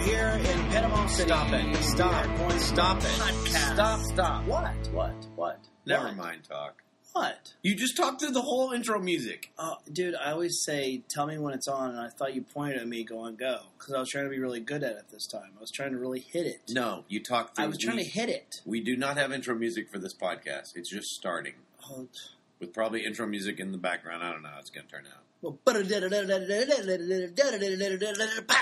here in Panama City. Stop it. Stop. Stop it. Podcast. Stop. Stop. What? What? What? Never What? mind talk. What? You just talked through the whole intro music. Oh, dude, I always say, tell me when it's on, and I thought you pointed at me going go, because I was trying to be really good at it this time. I was trying to really hit it. No, you talked through I was trying we, to hit it. we do not have intro music for this podcast. It's just starting. Oh, With probably intro music in the background. I don't know how it's gonna turn out. well, bah!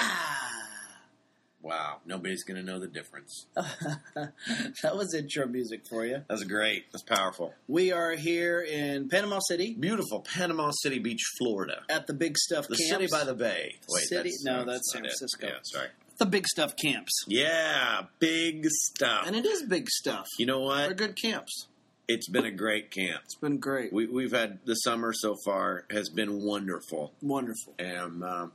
Wow. Nobody's gonna know the difference. that was intro music for you. That's great. That's powerful. We are here in Panama City Beautiful Panama City Beach, Florida. at the Big Stuff The Camps. city by the bay. City- no, that's not San it. Francisco. Yeah, sorry. the Big Stuff Camps. Yeah, big stuff. And it is big stuff. you know They're what? good camps. It's been a great camp. It's been great. We, we've had the summer so far has been wonderful, Wonderful. and um,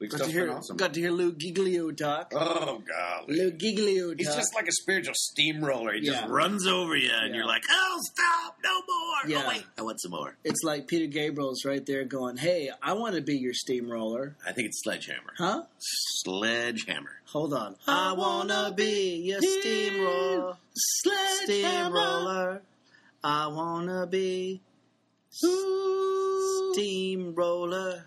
we've Got to, just hear, been awesome. got to hear Lou Giglio talk. oh golly, Lou Giglio he's talk. just like a spiritual steamroller. He uh, Yeah. just runs over you, and Yeah. you're like, "Oh, stop! No more! Yeah. Oh wait, I want some more." it's like Peter Gabriel's right there going, hey, I want to be your steamroller. I think it's sledgehammer. Huh? Sledgehammer. Hold on. I wanna be your steamroller, steamroller. I wanna be steamroller,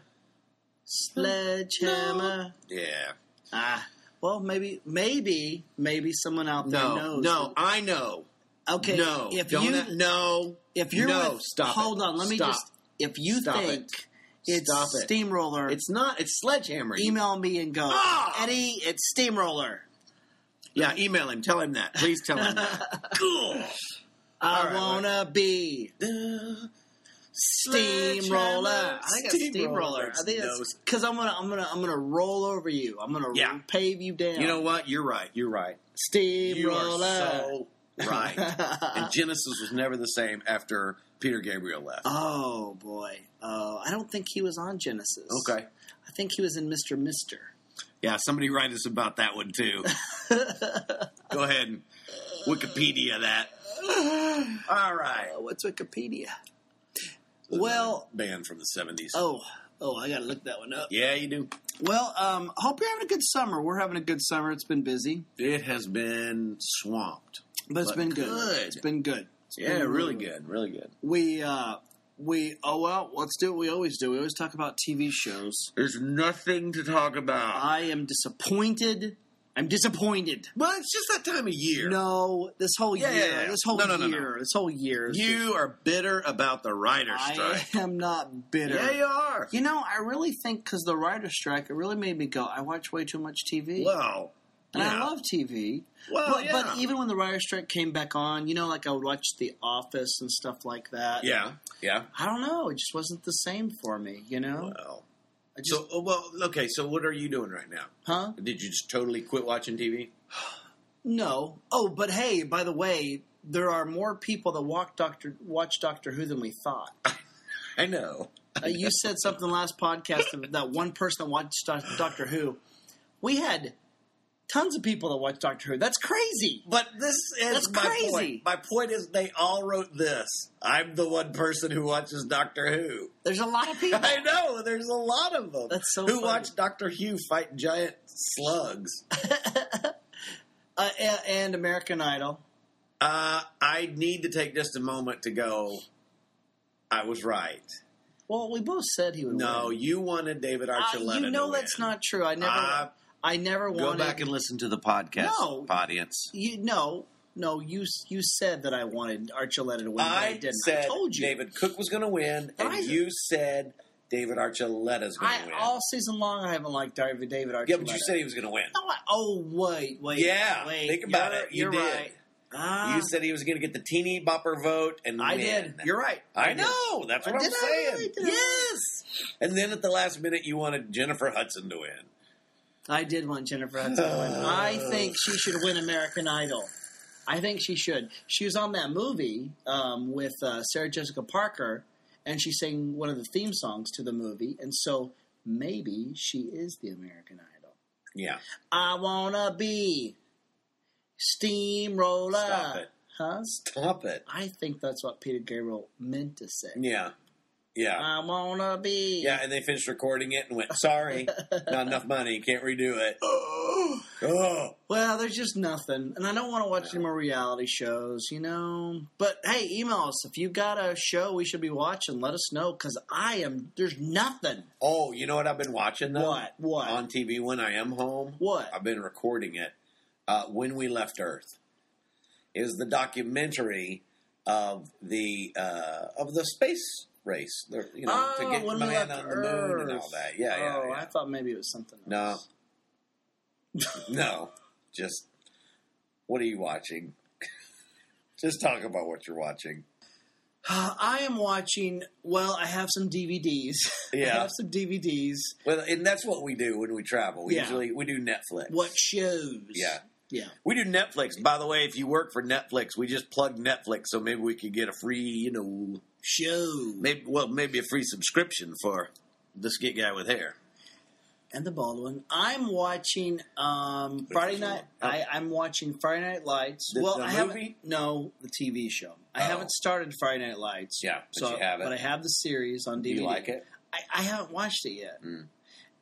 sledgehammer. Yeah. Ah, well, maybe, maybe, maybe someone out there No, knows. no, I know. Okay. No, If don't you, a- no. if you're no, with, stop. hold it. on. Let me Stop. just. If you Stop think it. it's Stop it. steamroller, It's not. It's sledgehammer. you email me and go, Ah! Eddie, it's steamroller. Yeah, email him. Tell him that. Please tell him that. cool. I All right, wanna be steamroller. Sledgehammer. I think it's steamroller. I think it's Those- because I'm gonna I'm gonna I'm gonna roll over you. I'm gonna Yeah. pave you down. You know what? You're right. You're right. You are steamroller. so right. and Genesis was never the same after Peter Gabriel left. oh boy. Oh, I don't think he was on Genesis. Okay. I think he was in Mister Mister. Yeah, somebody write us about that one too. Go ahead and Wikipedia that. All right. Uh, what's Wikipedia? Well, Band from the 70s. oh, oh, I gotta look that one up. Yeah, you do. Well, um, hope you're having a good summer. We're having a good summer. It's been busy, It has been swamped. but it's But been good. good. It's been good. It's Yeah, been really good. Really good. We uh, we oh well, let's do what we always do. We always talk about TV shows. There's nothing to talk about. I am disappointed. I'm disappointed. Well, it's just that time of year. No, this whole Yeah, year, yeah, yeah. this whole No, no, no, no. year, this whole year. is just- You are bitter about the writer I strike. am not bitter. Yeah, you are. You know, I really think because the writer's strike, it really made me go, I watch way too much TV. Well, and I yeah. love TV. Well, but, yeah. but even when the writer's strike came back on, you know, like I would watch The Office and stuff like that. yeah, yeah. I don't know. It just wasn't the same for me, you know? Well, I just, so oh, well, okay. So, what are you doing right now? huh? Did you just totally quit watching TV? No. Oh, but hey, by the way, there are more people that walk Doctor, watch Doctor Who than we thought. I know. Uh, you said something last podcast of that one person that watched Doc- Doctor Who. We had tons of people that watched Doctor Who. That's crazy. But this is That's my crazy. point. My point is, they all wrote this. I'm the one person who watches Doctor Who. There's a lot of people. I know. There's a lot of them. That's so Who funny. watched Doctor Who fight giant slugs? Uh, a- and American Idol. Uh, I need to take just a moment to go. I was right. Well, we both said he would No, win. you wanted David Uh, Archuleta. you to know win. that's not true. I never, Uh, I never Go wanted. back and listen to the podcast No. audience. you no, no. You you said that I wanted Archuleta to win. but I I didn't. said I told you. David Cook was going to win, But and I- you said David Archuleta's going I to win. all season long I haven't liked David David Archuleta. yeah, but you said he was going to win. No, I, oh wait, wait. Yeah, wait, think about you're- it. You you're did. right. Ah, You said he was going to get the teeny bopper vote, and I win. did. You're right. I did. know. That's what I I'm did, I saying. really did. yes. And then at the last minute, you wanted Jennifer Hudson to win. I did want Jennifer Hudson to win. I think she should win American Idol. I think she should. She was on that movie um, with uh, Sarah Jessica Parker, and she sang one of the theme songs to the movie, and so maybe she is the American Idol. Yeah. I wanna be steamroller, Stop it. huh? Stop it. I think that's what Peter Gabriel meant to say. Yeah. Yeah. I wanna be. Yeah, and they finished recording it and went, sorry, not enough money, can't redo it. Oh, Well, there's just nothing, and I don't want to watch any more reality shows, you know. But hey, email us if you got a show we should be watching. Let us know because I am. There's nothing. oh, you know what I've been watching though? What? What? On TV when I am home? what? I've been recording it. Uh, when we left Earth is the documentary of the uh, of the space race, The- you know, to get Oh, when we man left on the moon and all Earth. that. Yeah, yeah, Oh, I yeah. thought maybe it was something. No, else. no, just what are you watching? just talk about what you're watching. I am watching. Well, I have some DVDs. I Yeah, have some DVDs. well, and that's what we do when we travel. We Yeah. usually we do Netflix. What shows? Yeah. yeah. We do Netflix. By the way, if you work for Netflix, we just plug Netflix, so maybe we could get a free, you know, Show Maybe well, maybe a free subscription for this git guy with hair. and the Baldwin. I'm watching um, Friday Which night. one? I, I'm watching Friday Night Lights. Oh. The- well, the I haven't. movie? No, the TV show. I Oh. haven't started Friday Night Lights. Yeah, but you have it. But I have the series on DVD. Do you like it? I, I haven't watched it yet, Mm.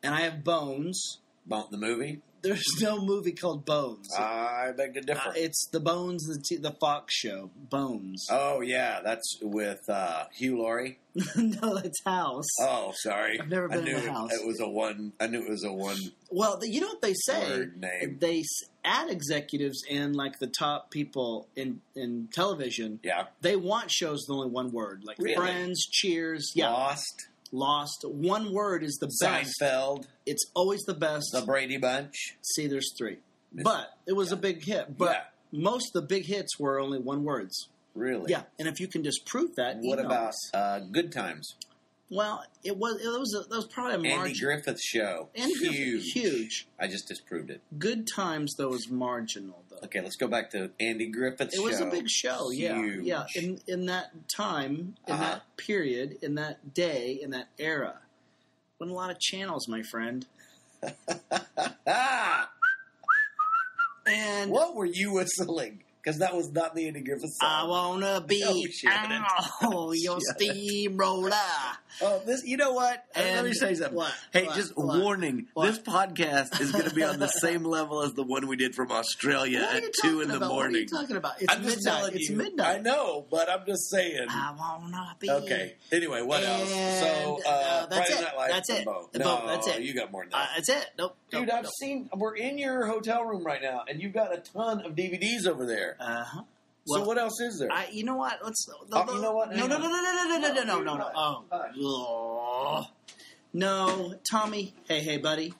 and I have Bones. About the movie? There's no movie called Bones. I beg to Uh, differ. it's the Bones, the t- the Fox show, Bones. oh yeah, that's with uh, Hugh Laurie. no, that's House. Oh, sorry, I've never I been knew in the it, house. It was a one. I knew it was a one-word Well, th- you know what they say. name. They s- ad executives and like the top people in in television. Yeah, They want shows with only one word, like Really? Friends, Cheers, yeah, Lost, Lost. One word is the best. Seinfeld, It's always the best. The Brady Bunch. See, there's three, Miss- but it was a big hit. But Yeah. most of the big hits were only one words. Really? Yeah, and if you can disprove that, What email about us. uh, Good Times? Well, it was it was a, that was probably a Andy margin. Griffith Show. Andy Griffith, huge. huge. I just disproved it. Good times though was marginal though. Okay, let's go back to Andy Griffith It was Show. a big show, yeah, Huge. yeah. In in that time, in Uh-huh. that period, in that day, in that era, when a lot of channels, my friend. ah! And What were you whistling? Because that was not the Andy Griffith I song. wanna be Oh, shit. oh, your steamroller. oh, this. You know what? Let And- me say something. What? Hey, What? just What? warning: What? this podcast is going to be on the same level as the one we did from Australia What are at you two talking in the about? What are morning. you talking about? It's I'm just midnight. telling It's you. midnight. I know, but I'm just saying. I wanna be. Okay. Anyway, what else? So, And, uh, uh, that's Friday it. Night Lights. That's and it. Bo. The No, Bo, that's it. You got more than Uh, that. that's it. Nope. Dude, nope, I've nope. seen. We're in your hotel room right now, and you've got a ton of DVDs over there. Uh-huh. so Well, what else is there? I, you know what? Let's. Oh, you know what? No, Hang no, on. no, no, no, no, no, no, no, no, no. Oh, Oh, Ugh. no, Tommy. Hey, hey, buddy,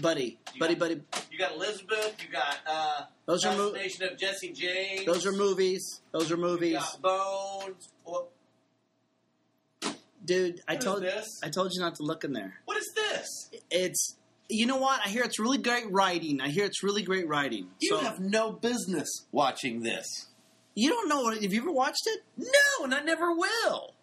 buddy, buddy, buddy. You got Elizabeth. You got uh, Those are mo- Fascination of Jesse James. those are movies. Those are You movies, got Bones. What, dude. I what is told this? I told you not to look in there. What is this? It's you know what? I hear it's really great writing. I hear it's really great writing. you So- have no business watching this. you don't know. Have you ever watched it? No, and I never will.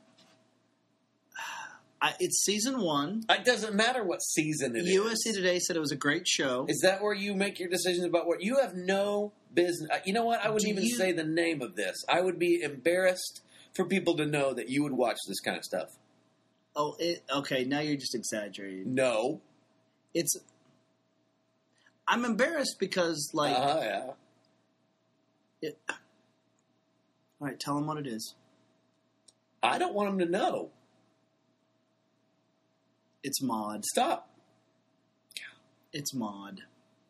I, it's season one. It doesn't matter what season it is. USA Today said it was a great show. Is that where you make your decisions about what you have no business? uh, You know what? I wouldn't Do even you- say the name of this. I would be embarrassed for people to know that you would watch this kind of stuff. oh, it, okay. Now you're just exaggerating. No. it's I'm embarrassed because like Uh-huh, yeah. it- all right, tell them what it is. I don't want them to know. It's mod. Stop. It's mod.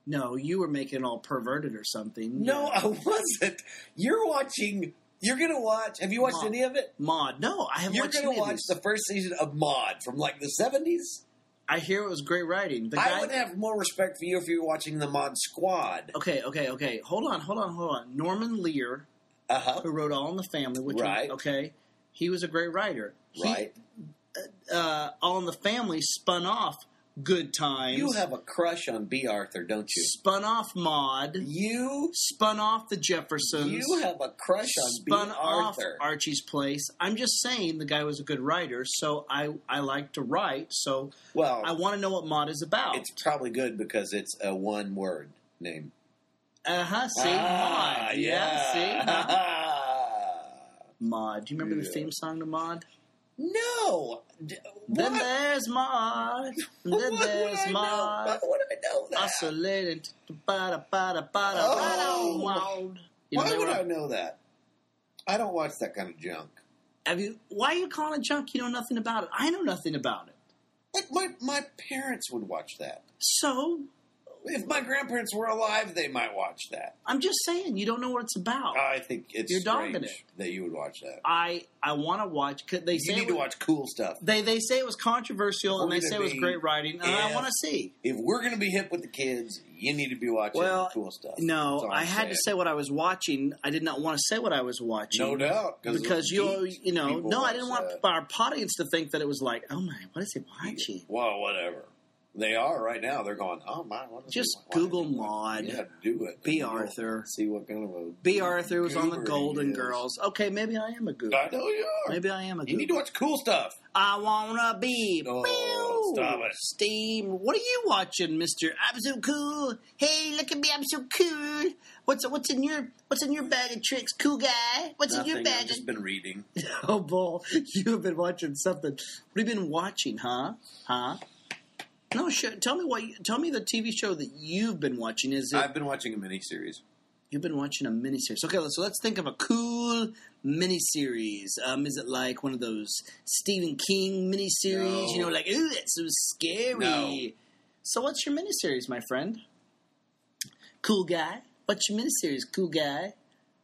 No, you were making it all perverted or something. No, I wasn't. You're watching. You're gonna watch. Have you watched Mom. any of it? mod. No, I haven't You're watched gonna any of watch these. the first season of Mod from like the seventies. I hear it was great writing. The I guy. would have more respect for you if you were watching the Mod Squad. okay, okay, okay. Hold on, hold on, hold on. Norman Lear, Uh huh. who wrote All in the Family, which Right. okay, he was a great writer. He- Right. uh, All in the Family spun off Good Times. You have a crush on B. Arthur, don't you? spun off Mod. You Spun off the Jeffersons. you have a crush on spun B. off Arthur. Archie's place. I'm just saying the guy was a good writer, so I I like to write, so Well, I want to know what mod is about. it's probably good because it's a one word name. Uh huh. See Ah, mod. Yeah. See yeah. mod. Do you remember Yeah. the theme song to mod? No. D- Then what? there's Mars. and What Then would there's I know? Mars. Why would I know that? Oscillating. Bada, bada, bada, Oh. bada, wound. You know, Why they would were- I know that? I don't watch that kind of junk. Have you? Why are you calling it junk? You know nothing about it. I know nothing about it. Like my my parents would watch that. So If my grandparents were alive, they might watch that. I'm just saying you don't know what it's about. I think it's You're strange dominant. that you would watch that. I I want to watch. 'cause They say You it need to was- watch cool stuff. They they say it was controversial and We're they gonna say it was be great writing. And I if- want to see. If we're going to be hip with the kids, you need to be watching Well, cool stuff. That's No, all I I'm had to say saying. what I was watching. I did not want to say what I was watching. no doubt because you geeks, you know people no i watch didn't want that. our audience to think that it was like oh my what is he watching Well, whatever. They are right now. They're going. Oh my! What is Just this? Why is Google it- Maud. Yeah, do it. b Google. arthur See what kind of a b arthur was on the goober he golden is. girls okay maybe i am a goober I know you are. maybe i am a You goober need to watch cool stuff. i wanna be No, Pew! Oh, stop it. steam what are you watching mister i'm so cool hey look at me i'm so cool what's what's in your what's in your bag of tricks cool guy what's in your Nothing, bag I've of just been reading. Oh, bull, you've been watching something. What have you been watching, huh? Huh? No, sure. Tell me what. You, tell me the TV show that you've been watching. Is it I've been watching a miniseries. you've been watching a miniseries? Okay, so let's think of a cool miniseries. Um, is it like one of those Stephen King miniseries? No. You know, like ooh, that's so scary. No. So, what's your miniseries, my friend? Cool guy. What's your miniseries, cool guy?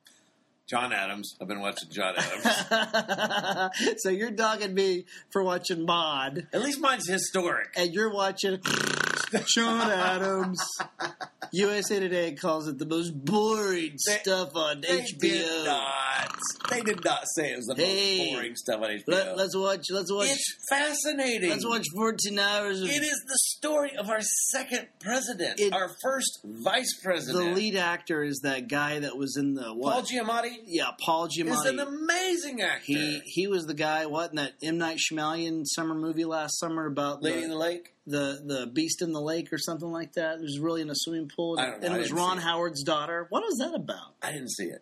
John Adams. I've been watching John Adams. so you're dogging me for watching Mod. At least mine's historic. and you're watching Sean Adams. USA Today calls it the most boring They- stuff on They did HBO. not. They did not say it was the Hey. most boring stuff on HBO. Let, us watch. Let's watch. it's fascinating. Let's watch 14 hours of It is the story of our second president, It- our first vice the president. lead actor is that guy that was in the what? Paul Giamatti yeah, Paul is an Giamatti. amazing actor. He he was the guy what in that M Night Shyamalan summer movie last summer about Lady in the, the Lake. the the Beast in the Lake or something like that. It was really in a swimming pool, I don't know. and I it was didn't Ron see it. Howard's daughter. What was that about? I didn't see it.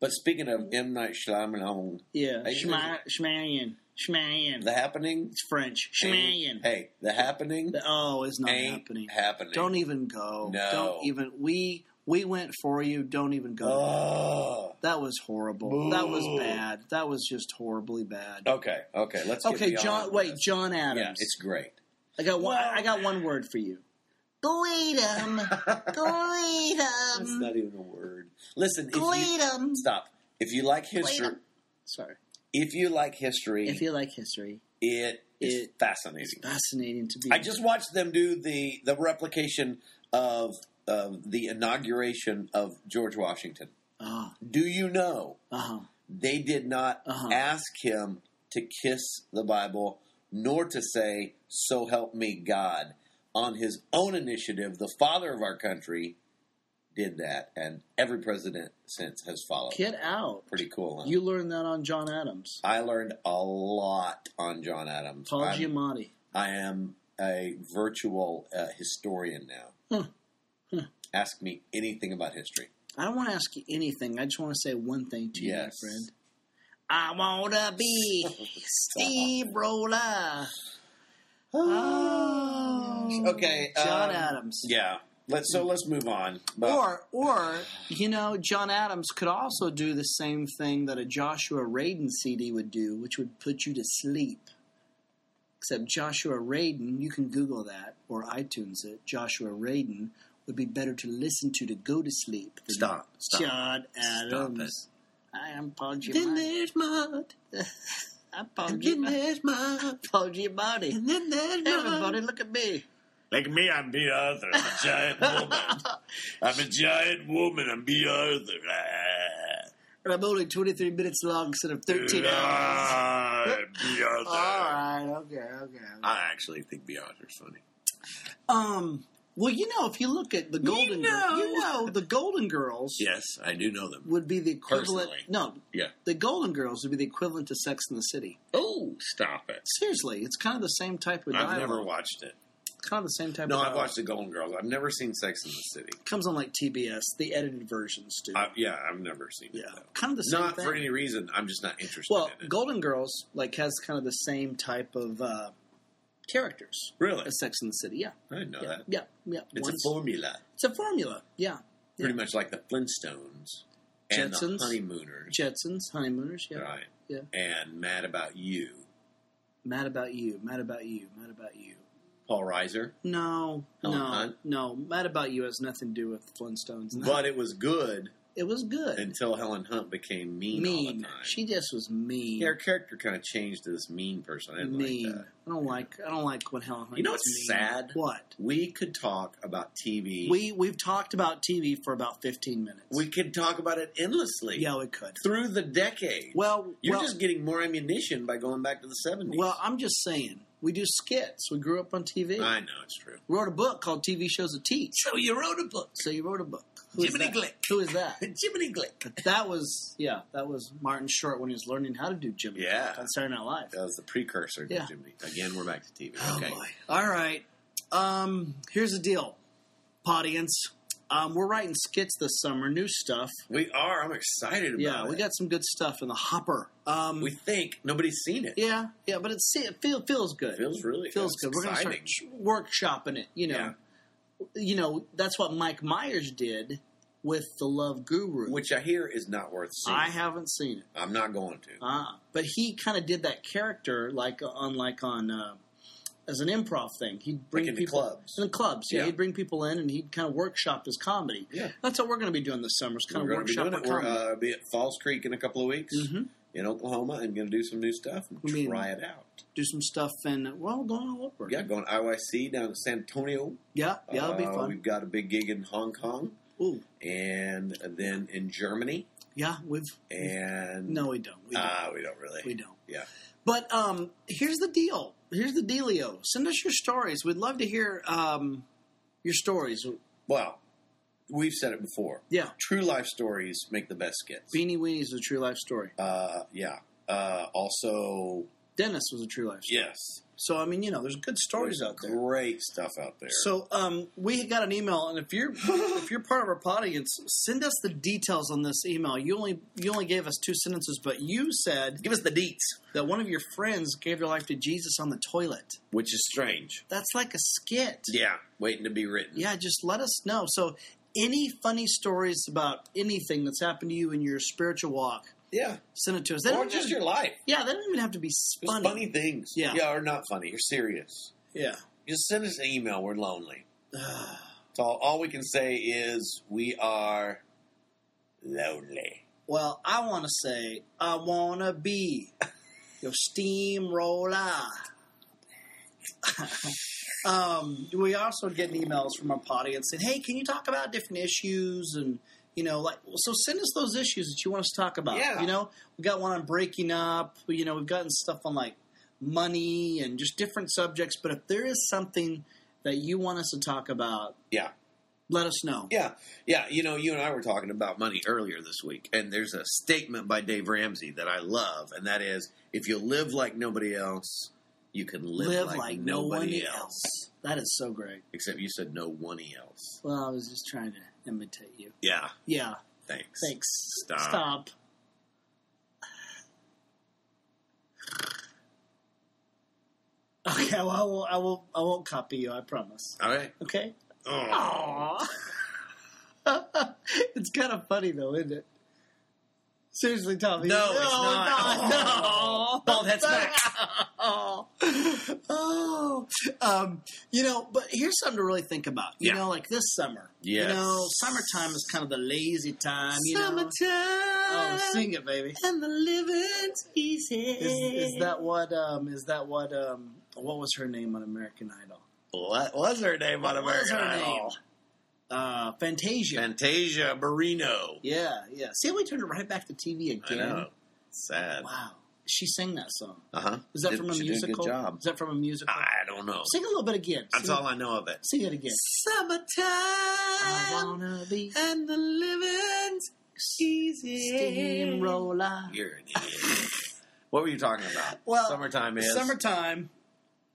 But speaking of M. Night Shyamalan, Yeah, Hey, Schma- Schmarian. Schmarian. The Happening. It's French. Hey, Schmarian. hey, The Happening Oh, it's not ain't happening. happening. Don't even go. No. Don't even. We we went for you. Don't even go. Oh. That was horrible. Boo. That was bad. That was just horribly bad. Okay, okay, let's get okay, beyond John. Wait, this. John Yeah, Adams. it's great. I got one. Well- I got one word for you. Goitem. That's Goitem. not even a word. Listen, if you, Goitem. stop. If you like history, Goitem. Sorry. if you like history, If you like history, it is It- fascinating. fascinating to be. I just watched them do the the replication of of the inauguration of George Washington. Uh Do you know huh. they did not Uh-huh. ask him to kiss the Bible nor to say "So help me God"? On his own initiative, the father of our country did that, and every president since has followed. Get out. Pretty cool. Huh? You learned that on John Adams. I learned a lot on John Adams. Paul I'm- Giamatti. I am a virtual uh, historian now. Huh. Huh. Ask me anything about history. I don't want to ask you anything. I just want to say one thing to you, my Yes. friend. I want to be Steve Roller. Oh. Okay, John um, Adams. Yeah. Let's so let's move on. But Or, or you know, John Adams could also do the same thing that a Joshua Radin CD would do, which would put you to sleep. Except Joshua Radin, you can Google that or iTunes it. Joshua Radin would be better to listen to to go to sleep. than Stop, stop, John Adams. I am Paul Giamatti. Then there's Mud. I'm Paul Giamatti. Then there's Mud. Paul Giamatti. And then there's Everybody, look at me. like me, I'm B. Arthur. I'm a giant woman. I'm a giant woman. I'm Ah. B. Arthur. And I'm only 23 minutes long instead of 13 hours. Ah, B. Alright, okay, okay. okay. I actually think B. Arthur's funny. Um, well, you know, if you look at the Golden know. Girls, you know, the Golden Girls Yes, I do know them. would be the equivalent. Personally. No, Yeah. the Golden Girls would be the equivalent to Sex in the City. Oh, stop it. Seriously, it's kind of the same type of I've dialogue. never watched it. kind of the same type. No, of I've watched the Golden Girls. I've never seen Sex in the City. Comes on like TBS, the edited versions do. I, yeah, I've never seen yeah, it. though. kind of the same Not thing. for any reason. I'm just not interested well, in it. Golden Girls like has kind of the same type of uh, characters really? as Sex in the City. Yeah, I didn't know yeah, that. yeah, yeah. It's One's- a formula. it's a formula. Yeah, Pretty much like the Flintstones and Jetsons. the Honeymooners. Jetsons, Honeymooners. Yeah, Right. Yeah. And Mad About You. Mad About You, Mad About You, Mad About You. Paul Reiser. No, Helen no, Hunt? no. Mad About You has nothing to do with Flintstones. and that. But it was good it was good. until Helen Hunt became mean, all the mean. time. She just was mean. Yeah, her character kind of changed to this mean person. I didn't mean. like that. I don't like. I don't like when Helen. Hunt You know gets what's mean. sad? What We could talk about TV. we we've talked about TV for about fifteen minutes. we could talk about it endlessly yeah, we could. through the decade. Well, You're well, just getting more ammunition by going back to the 70s. well. I'm just saying. We do skits. We grew up on TV. I know it's true. We wrote a book called TV Shows that Teach. So you wrote a book. So you wrote a book. Who is Jiminy that? Glick. Who is that? Jiminy Glick. That was yeah. That was Martin Short when he was learning how to do Jiminy. Yeah. Glick on Saturday Night Live. That was the precursor to Yeah. Jiminy. Again, we're back to TV. Oh okay. boy. All right. Um, here's the deal, audience. Um, we're writing skits this summer, new stuff. We are. I'm excited about Yeah, we it. got some good stuff in the hopper. Um, We think nobody's seen it. yeah, yeah, but it's, it feel, feels good. It feels really feels it's good. We're Exciting. gonna start ch- workshopping it. You know, you know that's what Mike Myers did with the Love Guru, Which I hear is not worth seeing. I haven't seen it. I'm not going to. Ah, but he kind of did that character like on like on uh, as an improv thing. He'd bring in the people clubs. in the clubs. Yeah, Yeah. he'd bring people in and he'd kind of workshop his comedy. Yeah. that's what we're going to be doing this summer. Is kind We're of going to be workshop doing our it. We're comedy. uh, be at Falls Creek in a couple of weeks Mhm. in Oklahoma and going to do some new stuff and I mean- try it out. Do some stuff and well, going all over. Yeah, going to IYC down to San Antonio. yeah, yeah, that'll be Uh, fun. We've got a big gig in Hong Kong Ooh, and then in Germany. yeah, we've And no, we don't. We don't. Ah, we don't really. we don't. Yeah. But um, here's the deal. Here's the dealio. Send us your stories. We'd love to hear um, your stories. Well, we've said it before. Yeah, True life stories make the best skits. Beanie Weenies was a true life story. Uh, yeah. Uh, also, Dennis was a true life story. yes, So I mean, you know, there's good stories out there. Great stuff out there. So um, we got an email, and if you're if you're part of our audience, send us the details on this email. You only you only gave us two sentences, but you said give us the deets, that one of your friends gave their life to Jesus on the toilet. which is strange. That's like a skit. Yeah, waiting to be written. Yeah, just let us know. So any funny stories about anything that's happened to you in your spiritual walk, yeah. send it to us. They Or don't just even- your life. yeah, they don't even have to be Just funny. funny. things. Yeah. yeah, or not funny. You're serious. Yeah. Just send us an email. We're lonely. So all, all we can say is we are lonely. Well, I want to say, I want to be your steamroller. um, we also get emails from our audience saying, hey, can you talk about different issues? And, you know, like, so send us those issues that you want us to talk about. Yeah. You know, we got one on breaking up. You know, we've gotten stuff on like money and just different subjects. But if there is something that you want us to talk about, Yeah. let us know. Yeah, yeah. You know, you and I were talking about money earlier this week, and there's a statement by Dave Ramsey that I love, and that is, if you live like nobody else, you can live, Live like, like, no one nobody else. else. That is so great. Except you said no one else. Well, I was just trying to imitate you. Yeah, Yeah, thanks. thanks. Stop. Stop. Okay, well, I won't. I won't. I won't copy you. I promise. All right. Okay. Oh, Aww. it's kind of funny though, isn't it? Seriously, Tommy. No, it's not. Oh, No, no. Bald head's back. oh. oh. Um, you know, but here's something to really think about. You Yeah. know, like this summer. You Yes. know, summertime is kind of the lazy time. You Know? Oh, sing it, baby. and the living's easy. Is, is that what? Um, is that what? Um, what was her name on American Idol? what was her name on What was American her Idol? Uh, Fantasia. Fantasia Marino. Yeah, yeah. See how we turned it right back to TV I again? know. Sad. Wow. She sang that song. Uh huh. Is that from a she Did a musical? good job. Is that from a musical? I don't know. Sing a little bit again. That's Sing- all I know of it. Sing it again. I Summertime wanna be and the living's easy. steamroller. You're an idiot. what were you talking about? Well, summertime is Summertime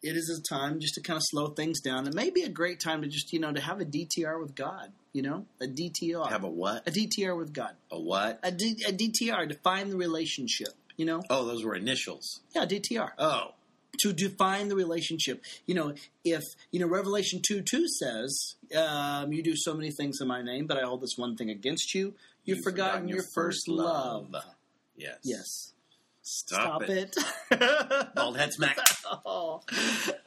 it is a time just to kind of slow things down. It may be a great time to just you know to have a DTR with God. You know, a DTR, Have a what? a DTR with God, A what? a, D, a DTR, define the relationship. You know, Oh, those were initials. yeah, DTR Oh, to define the relationship. You know, if you know Revelation two two says, um, "You do so many things in my name, but I hold this one thing against you: you've, forgotten, your, first love." Yes. Yes, Stop, it. it. Bald head smack. Oh.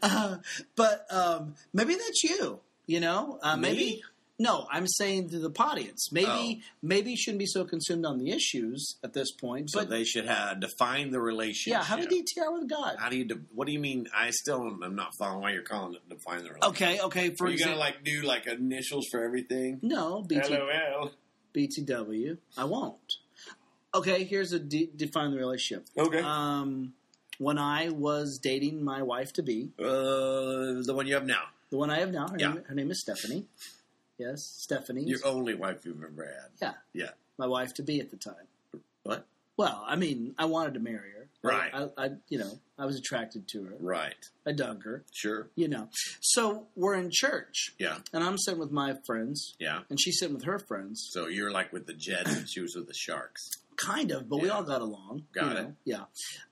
Uh, but um, maybe that's you. You know, uh, Me? maybe no. I'm saying to the audience, Oh. maybe maybe you shouldn't be so consumed on the issues at this point. So but they should have define the relationship. yeah, have a DTR with God. How do you? De- what do you mean? I still am I'm not following why you're calling it define the relationship. Okay, okay. For Are you gonna example, like do like initials for everything? no BT, LOL. BTW. I won't. Okay, here's a de- define the relationship. Okay. Uh, Um, when I was dating my wife to be, Uh, the one you have now. the one I have now, her, Yeah. name, her name is Stephanie. Yes, Stephanie. Your only wife you've ever had. Yeah. Yeah. my wife to be at the time. What? Well, I mean, I wanted to marry her. Right. I, I you know, I was attracted to her. Right. I dug her. Sure. You know. So we're in church, Yeah. and I'm sitting with my friends, Yeah. and she's sitting with her friends, So you're like with the Jets and she was with the Sharks. kind of, but we Yeah. all got along. Got you it. know? Yeah.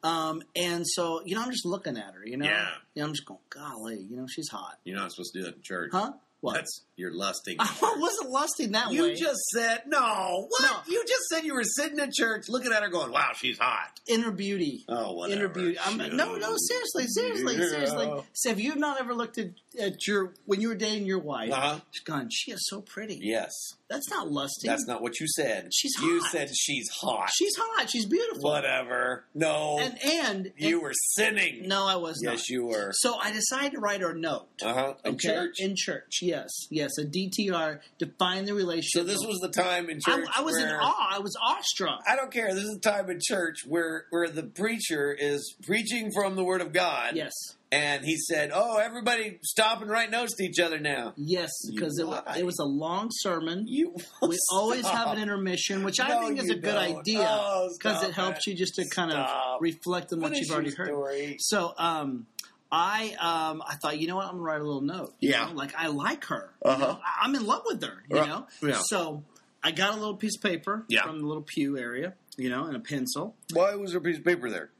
Um, and so you know, I'm just looking at her. You know. Yeah. You know, I'm just going, golly, you know, she's hot, You're not supposed to do that in church. huh? What? That's you're lusting. I wasn't lusting that You way. just said no. What? No. You just said you were sitting in church, looking at her, going, "Wow, she's hot." Inner beauty. Oh, whatever. Inner beauty. I'm, no, no, seriously, seriously, Yeah. seriously. So if you've not ever looked at, at your when you were dating your wife, Uh-huh. she's gone. She is so pretty. Yes, That's not lusty. that's not what you said. She's You hot. said she's hot. She's hot. She's beautiful. whatever. No, And and you were sinning. and- no, I was not. yes, you were. So I decided to write her a note. Uh huh. In okay, church. in church, yes, yes, a DTR define the so relationship. this was the time in I, church. I was in where- awe. I was awestruck. I don't care. This is the time in church where where the preacher is preaching from the Word of God. yes, And he said, "Oh, everybody, stop and write notes to each other now." yes, You because it, wa- lied. it was a long sermon. You We always have Stop. an intermission, which I No, think is you a good don't. idea Oh, because stop it helps you just to kind Stop. of reflect on what Finish you've already your heard. story. So um, I um, I thought, you know what, I'm gonna write a little note. you Yeah. know? like I like her. Uh-huh. You know? I- I'm in love with her. You Right. know. Yeah. So I got a little piece of paper Yeah. from the little pew area, you know, and a pencil. Why was there a piece of paper there?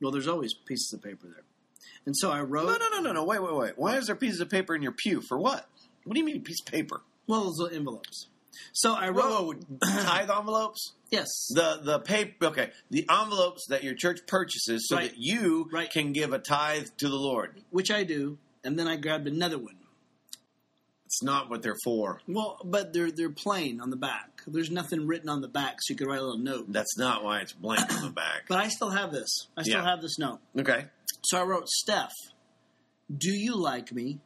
Well, there's always pieces of paper there, and so I wrote. No, no, no, no, no. Wait, wait, wait. Why is there pieces of paper in your pew? For what? What do you mean piece of paper? Well, those little envelopes. So I wrote. Whoa, tithe envelopes. Yes. The the paper. Okay, the envelopes that your church purchases so Right. that you Right. can give a tithe to the Lord. which I do, and then I grabbed another one. It's not what they're for. Well, but they're they're plain on the back. There's nothing written on the back, so you could write a little note. That's not why it's blank on the back. But I still have this. I still Yeah. have this note. Okay. So I wrote, Steph, do you like me?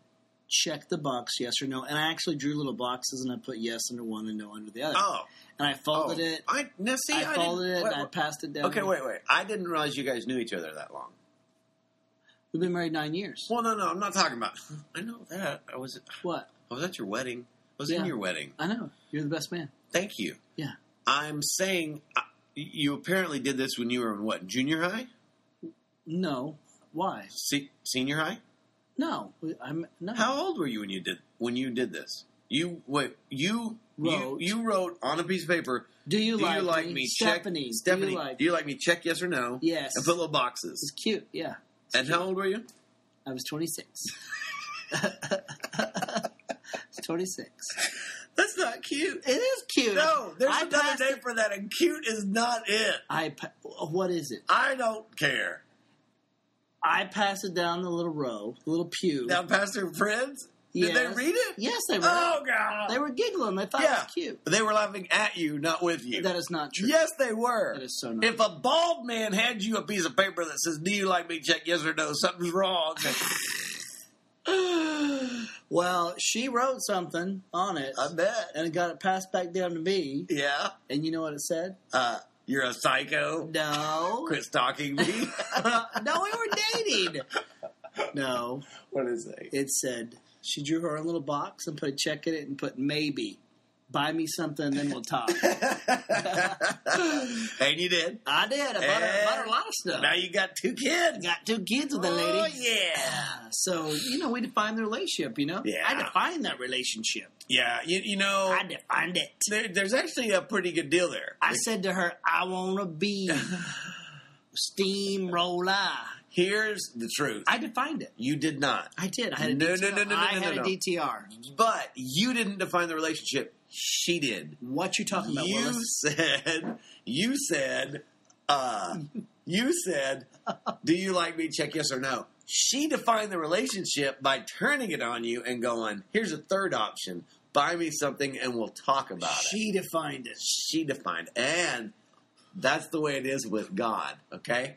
Check the box, yes or no. And I actually drew little boxes and I put yes under one and no under the other. Oh, and I oh. folded it. I now see. I folded didn't- it wait, and I passed it down. Okay, wait, wait. I didn't realize you guys knew each other that long. We've been married nine years. Well, no, no, I'm not talking about. I know that. I was. What? I was at your wedding. I was in Yeah. your wedding. I know. You're the best man. Thank you. Yeah. I'm saying uh, you apparently did this when you were in what junior high, No. Why? Se- senior high. No. I'm no. How old were you when you did when you did this? You wait. You Wrote. You, you wrote on a piece of paper. Do you Do like, you like me? me? Stephanie. Check, Stephanie. Do you like do you like me? Check yes or no. Yes. And put little It's boxes. cute. Yeah. And how old were you? I was 26. It's 26. That's not cute. It is cute. No, there's I another passed name for that, and cute is not it. I pa- what is it? I don't care. I pass it down the little row, the little pew. Now, Pastor Friends, did they Yes. read it? Yes, they were. Oh God! They were giggling. They thought it yeah, was cute. They were laughing at you, not with you. That is not true. Yes, they were. That is so not If a bald man hands you a piece of paper that says "Do you like me?" Check yes or no. Something's wrong. well, she wrote something on it I bet. and got it passed back down to me. Yeah. And you know what it said? Uh, you're a psycho. No. Quit stalking me. no, we were dating. No. what is that? It said she drew her own little box and put a check in it and put maybe. buy me something, then we'll talk. and you did. I did. I bought, her, I bought her a lot of stuff. Now you got two kids. got two kids with the lady. Oh yeah, So, you know, we defined the relationship, you know? Yeah. I defined that relationship. yeah. You, you know, I defined it. there, there's actually a pretty good deal there. I said to her, I want to be steamroller. Here's the truth. I defined it. you did not, I did. I had a No, no, DTR. no, no, no, I no, had no. a DTR. but you didn't define the relationship. She did. What you talking about, you Willis? said. You said. Uh, you said. Do you like me? Check yes or no. She defined the relationship by turning it on you and going, "Here's a third option. Buy me something, and we'll talk about it." She defined it. she defined. And that's the way it is with God, okay?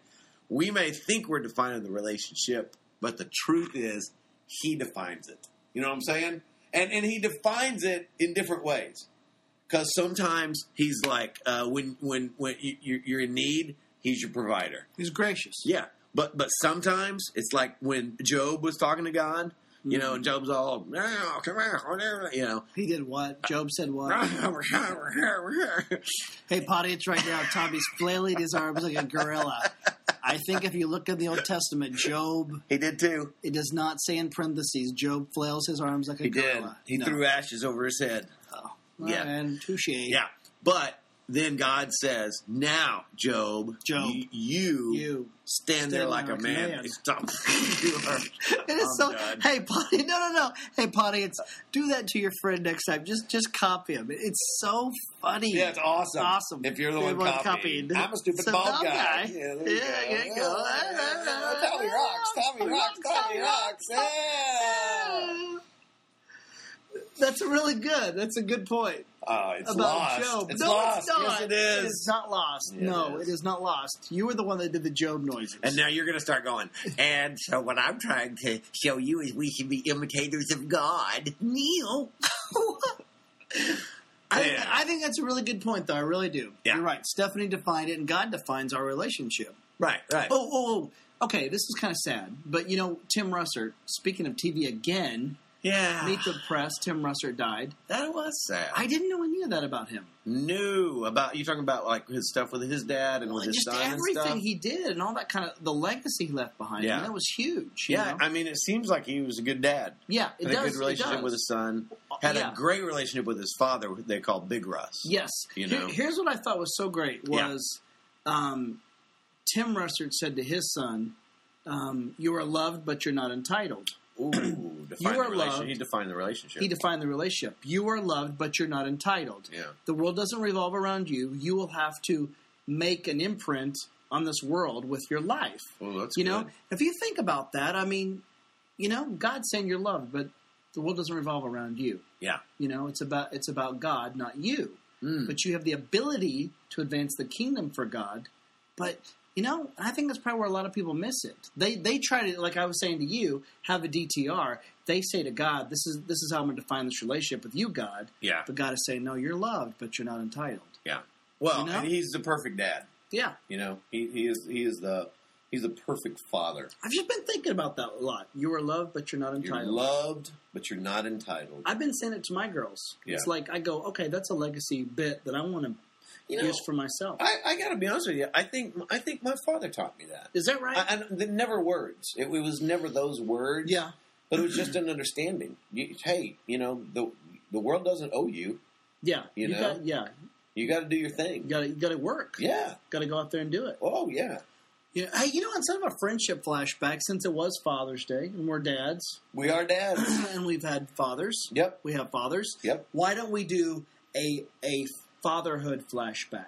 We may think we're defining the relationship, but the truth is he defines it. You know what I'm saying? And and he defines it in different ways. Cuz sometimes he's like uh, when when when you- you- you're in need, he's your provider. He's gracious. Yeah, but but sometimes it's like when Job was talking to God, you know, and Job's all, "Now, come here," you know. He did what? Job said what? hey, Potty, it's right now. Tommy's flailing his arms like a gorilla. I think if you look in the Old Testament, Job, He did too. it does not say in parentheses, Job flails his arms like a He did. gorilla. He No. threw ashes over his head. yeah. And touche. Yeah. But then God says, "Now, Job, Job. y- you, You. stand there Stand like a like a man." man. Stop. You are- It is I'm so. done. Hey, Potty. No, no, no. Hey, Potty. It's do that to your friend next time. Just, just copy him. It's so funny. Yeah, it's awesome. Awesome. If you're the You're the one, one copying. copying. I'm a stupid So bald dumb guy. guy. Yeah, there Yeah, there you you go. go. Yeah, Tommy rocks. Tommy rocks. Tommy rocks. Yeah. That's really good. That's a good point Oh, it's about lost. Job. It's no, lost. it's not. Yes, it It is. is not lost. Yeah, it no, is. it is not lost. You were the one that did the Job noises. And now you're going to start going. And so what I'm trying to show you is we should be imitators of God. Neil. I, think, Yeah. I think that's a really good point, though. I really do. Yeah. You're right. Stephanie defined it, and God defines our relationship. Right. Right. Oh, oh, oh. Okay, this is kind of sad, but you know, Tim Russert. Speaking of TV again, yeah. meet the press. Tim Russert died. That was sad. I didn't know any of that about him. knew about you talking about like his stuff with his dad and with his just son everything and stuff. he did, and all that kind of the legacy he left behind. Yeah. and that was huge. you yeah, know? I mean, it seems like he was a good dad. yeah. It Had does. a good relationship it does. with his son. Had yeah. a great relationship with his father, who they call Big Russ. Yes. You Here- know? here's what I thought was so great Yeah. was um, Tim Russert said to his son, um, "You are loved, but you're not entitled." Ooh, define You the are relationship. loved. He defined the relationship. He defined the relationship. You are loved, but you're not entitled. yeah, The world doesn't revolve around you. You will have to make an imprint on this world with your life. well, that's you know, good. if you think about that, I mean, you know, God's saying you're loved, but the world doesn't revolve around you. Yeah. You know, it's about it's about God, not you. Mm. But you have the ability to advance the kingdom for God. But you know, I think that's probably where a lot of people miss it. They they try to, like I was saying to you, have a DTR. They say to God, "This is this is how I'm going to define this relationship with you, God." yeah, But God is saying, "No, you're loved, but you're not entitled." yeah. Well, You know? and he's the perfect dad. Yeah, You know, he, he is he is the he's the perfect father. I've just been thinking about that a lot. You are loved, but you're not You're entitled. loved, but you're not entitled. I've been saying it to my girls. It's Yeah. like I go, okay, that's a legacy bit that I want to You know, use for myself. I, I got to be honest with you. I think I think my father taught me that. Is that right? I, I, they're never words. It, it was never those words. yeah, But it was just an understanding. You, hey, you know the the world doesn't owe you. yeah. You know? got, yeah, You got to do your you thing. got to you got to work. Yeah. got to go out there and do it. Oh yeah. Yeah. Hey, you know, instead of a friendship flashback, since it was Father's Day and we're dads We are dads. and we've had fathers, yep. we have fathers. Yep. Why don't we do a a fatherhood flashback?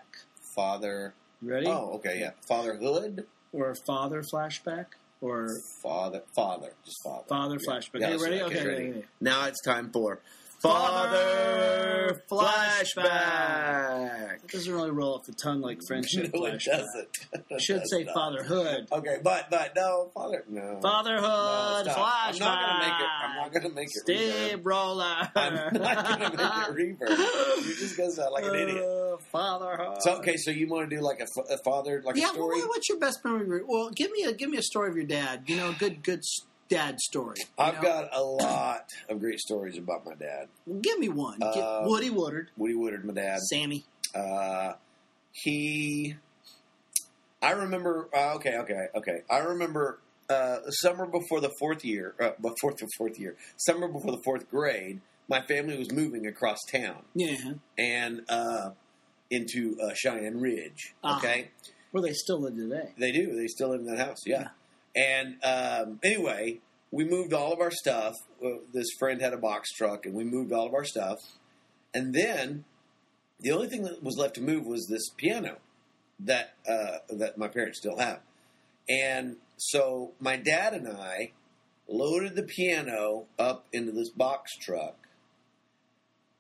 Father. You ready? Oh, okay. Yeah. Fatherhood. Or a father flashback? Or Father. Father. Just father. Father Yeah. flashback. Yeah, Okay, that's ready? right. Okay, ready. yeah, yeah, yeah. Now it's time for Father father flashback. it doesn't really roll off the tongue like friendship No, it flashback. doesn't. I should It say does not. fatherhood. Okay, but but no, father, no, Fatherhood No, flashback. stop. I'm not gonna make it. I'm not gonna make it. reverb. Steamroller. I'm not gonna make it reverb. You're just gonna sound like an idiot. Uh, fatherhood. So okay, so you want to do like a, fa- a father, like yeah. a story? Well, what's your best memory? Well, give me a give me a story of your dad. You know, a good good s- dad story. you I've know? got a lot of great stories about my dad. Give me one. Get Uh, Woody Woodard, Woody Woodard, my dad. Sammy. Uh, he, I remember. Uh, okay, okay, okay. I remember uh, summer before the fourth year, uh, before the fourth year, summer before the fourth grade. My family was moving across town Yeah. and uh, into uh, Cheyenne Ridge. Ah. Okay, Where they still live today. they do. They still live in that house. Yeah. And um, anyway, we moved all of our stuff. Uh, This friend had a box truck, and we moved all of our stuff. And then the only thing that was left to move was this piano that uh, that my parents still have. And so my dad and I loaded the piano up into this box truck.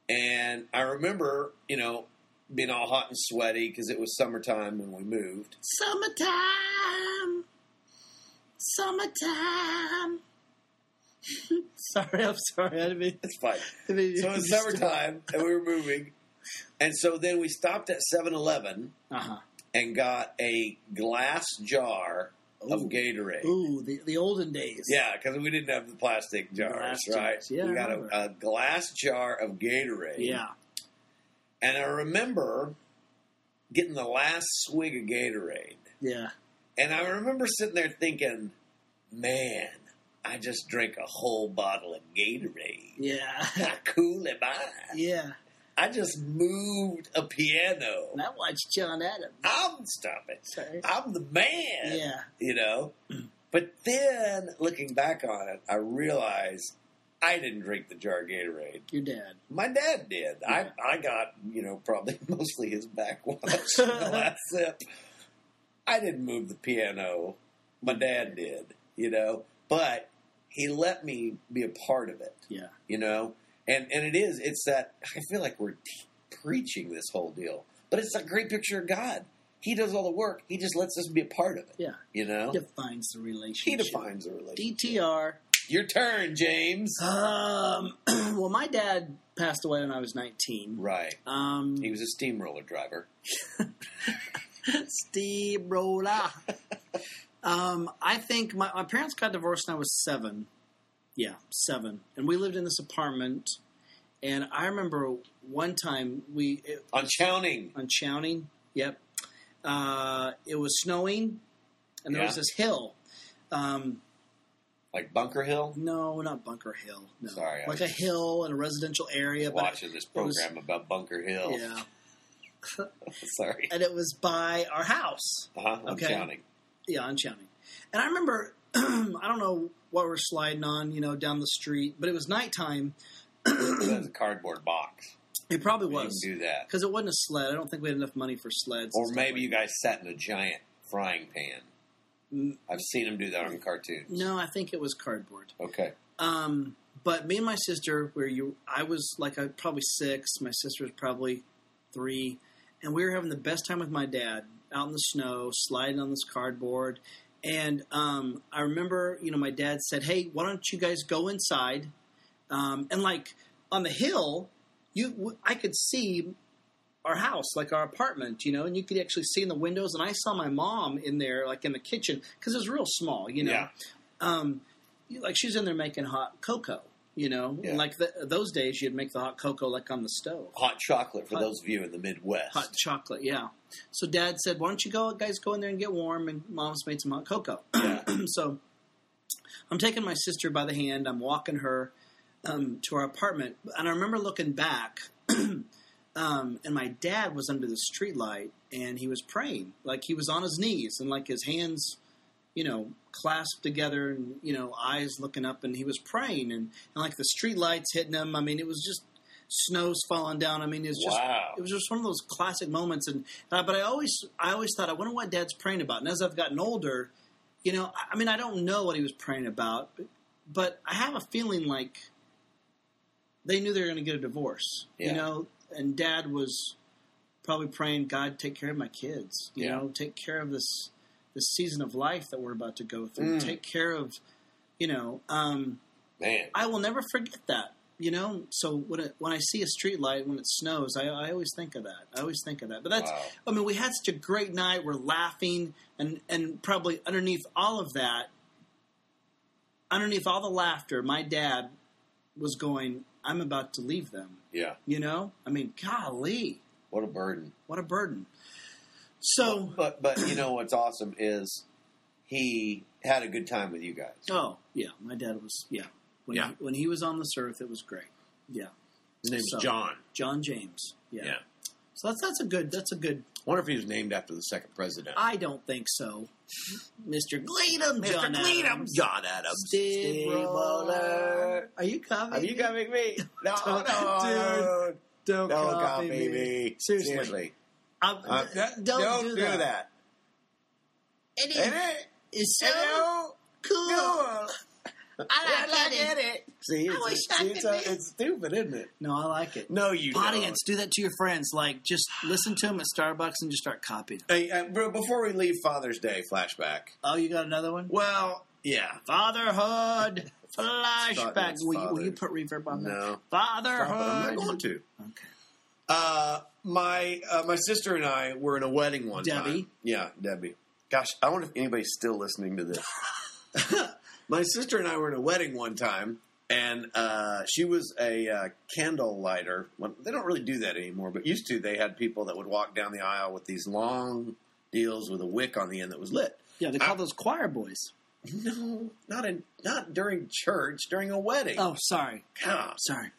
And I remember, you know, being all hot and sweaty because it was summertime when we moved. Summertime. Summertime. sorry, I'm sorry. I didn't mean, It's fine. I mean, so it's summertime and we were moving and so then we stopped at 7-eleven Uh-huh. and got a glass jar of Ooh. gatorade Ooh, the, the olden days. yeah because we didn't have the plastic jars Glass right jars. Yeah, we I got remember. a, a glass jar of gatorade Yeah. and i remember getting the last swig of gatorade Yeah. and i remember sitting there thinking man i just drank a whole bottle of gatorade Yeah. how cool am i Yeah. i just moved a piano And I watched John Adams. I'm stop it. Sorry. I'm the man. Yeah. You know? But then looking back on it, I realized I didn't drink the jar of Gatorade. Your dad. My dad did. Yeah. I I got, you know, probably mostly his back watch in the last sip. I didn't move the piano. My dad did, you know. But he let me be a part of it Yeah. you know and and it is it's that i feel like we're t- preaching this whole deal but it's a great picture of god he does all the work he just lets us be a part of it Yeah. you know Defines the relationship. he defines the relationship DTR. your turn james Um, well, my dad passed away when I was 19. right Um, he was a steamroller driver steamroller. um, I think my, my parents got divorced when I was seven. Yeah, seven. And we lived in this apartment. And I remember one time we it, on Chowning. on Chowning. Yep. Uh, it was snowing, and there was Yeah. this hill. Um, like bunker hill No, not Bunker Hill. No. Sorry, I like a was- hill in a residential area. but- watching this was- program about bunker hill yeah, sorry and it was by our house. uh-huh, on Okay. Chowning. Yeah, on Chowning. And I remember, I don't know what we're sliding on, you know, down the street, but it was nighttime. that was a cardboard box It probably you was can do that because it wasn't a sled. I don't think we had enough money for sleds. and or stuff maybe you like guys sat in a giant frying pan Mm. i've seen him do that on cartoons No, I think it was cardboard. okay Um, but me and my sister, where you, I was like I probably six. My sister was probably three, and we were having the best time with my dad out in the snow, sliding on this cardboard. And um, I remember, you know, my dad said, "Hey, why don't you guys go inside?" Um, and like on the hill, you, w- I could see our house, like our apartment, you know, and you could actually see in the windows. And I saw my mom in there, like in the kitchen, because it was real small, you know yeah um, you- like she's in there making hot cocoa. You know, Yeah. and like th those days, you'd make the hot cocoa like on the stove, hot chocolate for Hot- those of you in the Midwest. hot chocolate. Yeah. So Dad said, "Why don't you go, guys, go in there and get warm?" And Mom's made some hot cocoa. Yeah. so I'm taking my sister by the hand. I'm walking her um, to our apartment, and I remember looking back, um, and my dad was under the streetlight, and he was praying, like he was on his knees, and like his hands, you know, clasped together, and you know, eyes looking up, and he was praying, and, and like the streetlights hitting him. I mean, it was just snows falling down. I mean, it's just wow. it was just one of those classic moments, and uh, but I always, I always thought, I wonder what Dad's praying about. And as I've gotten older, you know, I, I mean, I don't know what he was praying about, but, but I have a feeling like they knew they were going to get a divorce, Yeah. you know, and Dad was probably praying, God, take care of my kids, you Yeah. know, take care of this this season of life that we're about to go through, Mm. take care of, you know. Um, Man, I will never forget that. You know, so when it, when I see a street light when it snows, I, I always think of that. I always think of that. But that's Wow. I mean, we had such a great night. We're laughing, and and probably underneath all of that, underneath all the laughter, my dad was going, I'm about to leave them. Yeah. You know? I mean, golly, What a burden. what a burden. So, But but you know what's awesome is he had a good time with you guys. oh, yeah, my dad was, yeah. When, Yeah. He, when he was on this earth, it was great. Yeah. His name's So- John. John James. Yeah. Yeah. So that's, that's a good, that's a good, I wonder if he was named after the second president. I don't think so. Mr. Gleedum, John Adams. John Adams. Steve Roller. Are you coming? Have you coming me? No, Don't- no, Don't Don't copy copy me. Seriously. I'm, Uh, don't, do that. It is, And it- it's so hello, cool. cool. I like it. See, I wish I it's, see, it's, could uh, be- it's stupid, isn't it? No, I like it. No, you Audience, do that to your friends. Like, just listen to them at Starbucks and just start copying. 'em. don't. Hey, uh, bro, before we leave Father's Day flashback. Oh, you got another one? Well, yeah. Fatherhood flashback. Starting with Will you, will you father. put reverb on that? No, I'm Fatherhood. not going to. Okay. Uh, my uh, my sister and I were in a wedding one Debbie? time. Yeah, Debbie. Gosh, I wonder if anybody's still listening to this. my sister and I were in a wedding one time, and uh, she was a uh, candle lighter. Well, they don't really do that anymore, but used to they had people that would walk down the aisle with these long deals with a wick on the end that was lit. Yeah, they call those choir boys. No, not in not during church, during a wedding. Oh, sorry. God. Sorry.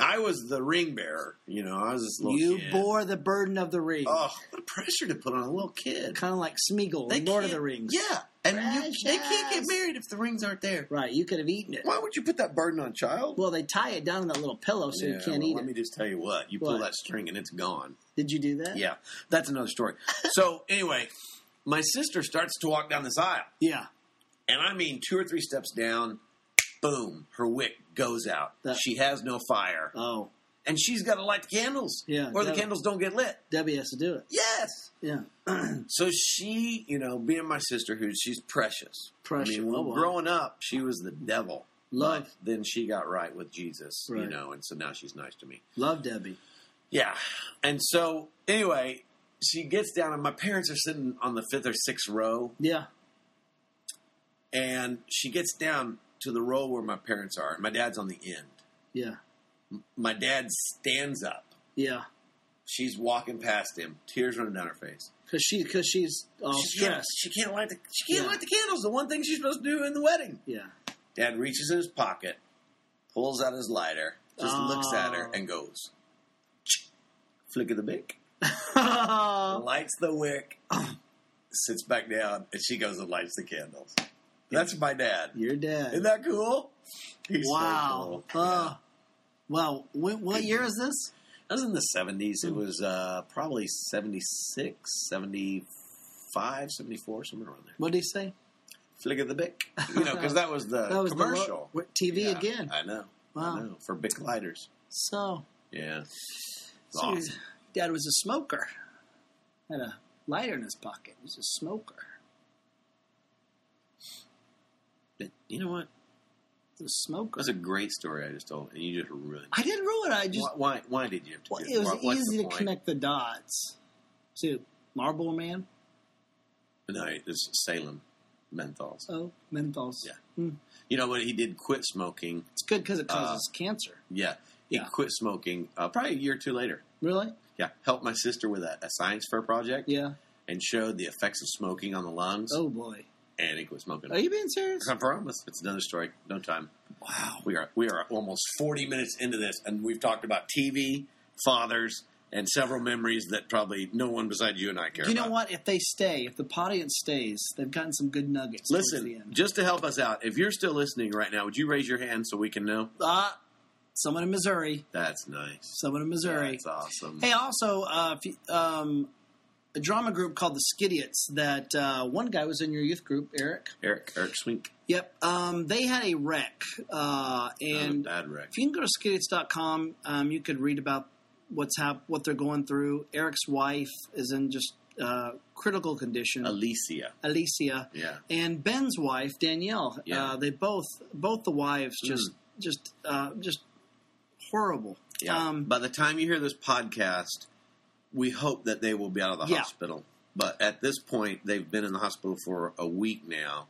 I was the ring bearer. You know, I was this little You kid. bore the burden of the ring. Oh, what pressure to put on a little kid. Kind of like Smeagol in Lord of the Rings. Yeah, and you, they can't get Precious. married if the rings aren't there. Right, you could have eaten it. Why would you put that burden on a child? Well, they tie it down in that little pillow so you Yeah, can't well, eat let it. me just tell you what: you pull What? that string and it's gone. Did you do that? Yeah, that's another story. so anyway, my sister starts to walk down this aisle, Yeah. and I mean two or three steps down, boom, her wick goes out. That- she has no fire, Oh, and she's got to light the candles, Yeah, or the that- candles don't get lit. Debbie has to do it. Yes. Yeah. So she, you know, being my sister, who she's precious. Precious. I mean, Oh, wow. growing up, she was the devil. Love. But then she got right with Jesus, you Right. know, and so now she's nice to me. Love Debbie. Yeah. And so, anyway, she gets down, and my parents are sitting on the fifth or sixth row, Yeah. and she gets down to the row where my parents are, and my dad's on the end. Yeah. My dad stands up. Yeah. She's walking past him, tears running down her face. Because she, cause she's all she, can't, stressed. she can't light the she can't Oh, Yeah. light the candles. The one thing she's supposed to do in the wedding. Yeah. Dad reaches in his pocket, pulls out his lighter, just Oh. looks at her, and goes, flick of the bick, Uh-huh. lights the wick, sits back down, and she goes and lights the candles. That's my dad. You're dead. Isn't that cool? He's so wow. cool. Uh, wow. What, what year is this? That was in the 70s. Hmm. It was uh, probably 76, 75, 74, somewhere around there. What did he say? Flick of the bick. You know, because that was the That was the lo- Uh, commercial. what- TV Yeah, again. I know. Wow. I know. For bick lighters. So, Yeah. so Awesome. your dad was a smoker. Had a lighter in his pocket. He was a smoker. But you know what? He was a smoker. That's a great story I just told, and you just ruined. I didn't ruin it. I just why, why? Why did you have to? Well, do it was Why- what's the easy to point? connect the dots to Marble Man. No, it's Salem menthols. Oh, menthols. Yeah. Uh, Mm. You know what? He did quit smoking. It's good because it causes cancer. Yeah, he Yeah. quit smoking uh, probably a year or two later. Really? Yeah, helped my sister with a, a science fair project Yeah. and showed the effects of smoking on the lungs, Oh boy. and he quit smoking. Are you being serious? I promise. It's another story. No time. Wow. We are we are almost forty minutes into this, and we've talked about TV, fathers, and several memories that probably no one beside you and I care. You know about. what? If they stay, if the audience stays, they've gotten some good nuggets. towards the Listen, end. just to help us out, if you're still listening right now, would you raise your hand so we can know? ah, someone in Missouri. That's nice. Someone in Missouri. That's awesome. Hey, also, uh, if you- um, a drama group called the Skidiots. That uh, one guy was in your youth group, Eric. Eric, Eric Swink. Yep. Um, they had a wreck, uh, and bad wreck. if you can go to skidiots.com, um, you could read about what's hap- what they're going through. Eric's wife is in just uh, critical condition, Alicia. Alicia, Yeah. and Ben's wife Danielle. Yeah. Hmm. Uh, they both both the wives just just uh, just horrible. Yeah. Um, By the time you hear this podcast, we hope that they will be out of the Yeah. hospital. But at this point, they've been in the hospital for a week now,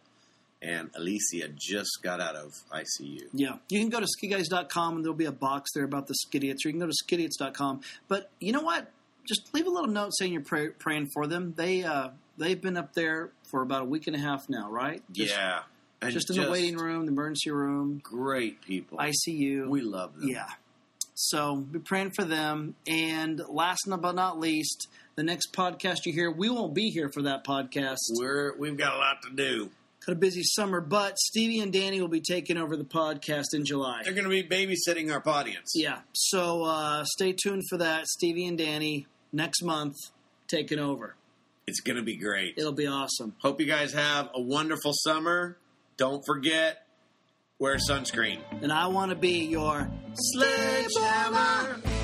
and Alicia just got out of ICU. Yeah, you can go to skidguys.com and there'll be a box there about the skidiots, or you can go to skidiots.com. But you know what? Just leave a little note saying you're pray- praying for them. They uh, they've been up there for about a week and a half now, right? Just, yeah, and just in the waiting room, the emergency room, Great people. ICU. we love them. yeah. So be praying for them. And last but not least, the next podcast you hear, we won't be here for that podcast. we're we've got a lot to do. Got a busy summer, but Stevie and Danny will be taking over the podcast in July. They're going to be babysitting our audience. Yeah. So uh, stay tuned for that. Stevie and Danny next month taking over. It's going to be great. It'll be awesome. Hope you guys have a wonderful summer. Don't forget, wear sunscreen. And I want to be your sledgehammer. Sledgehammer.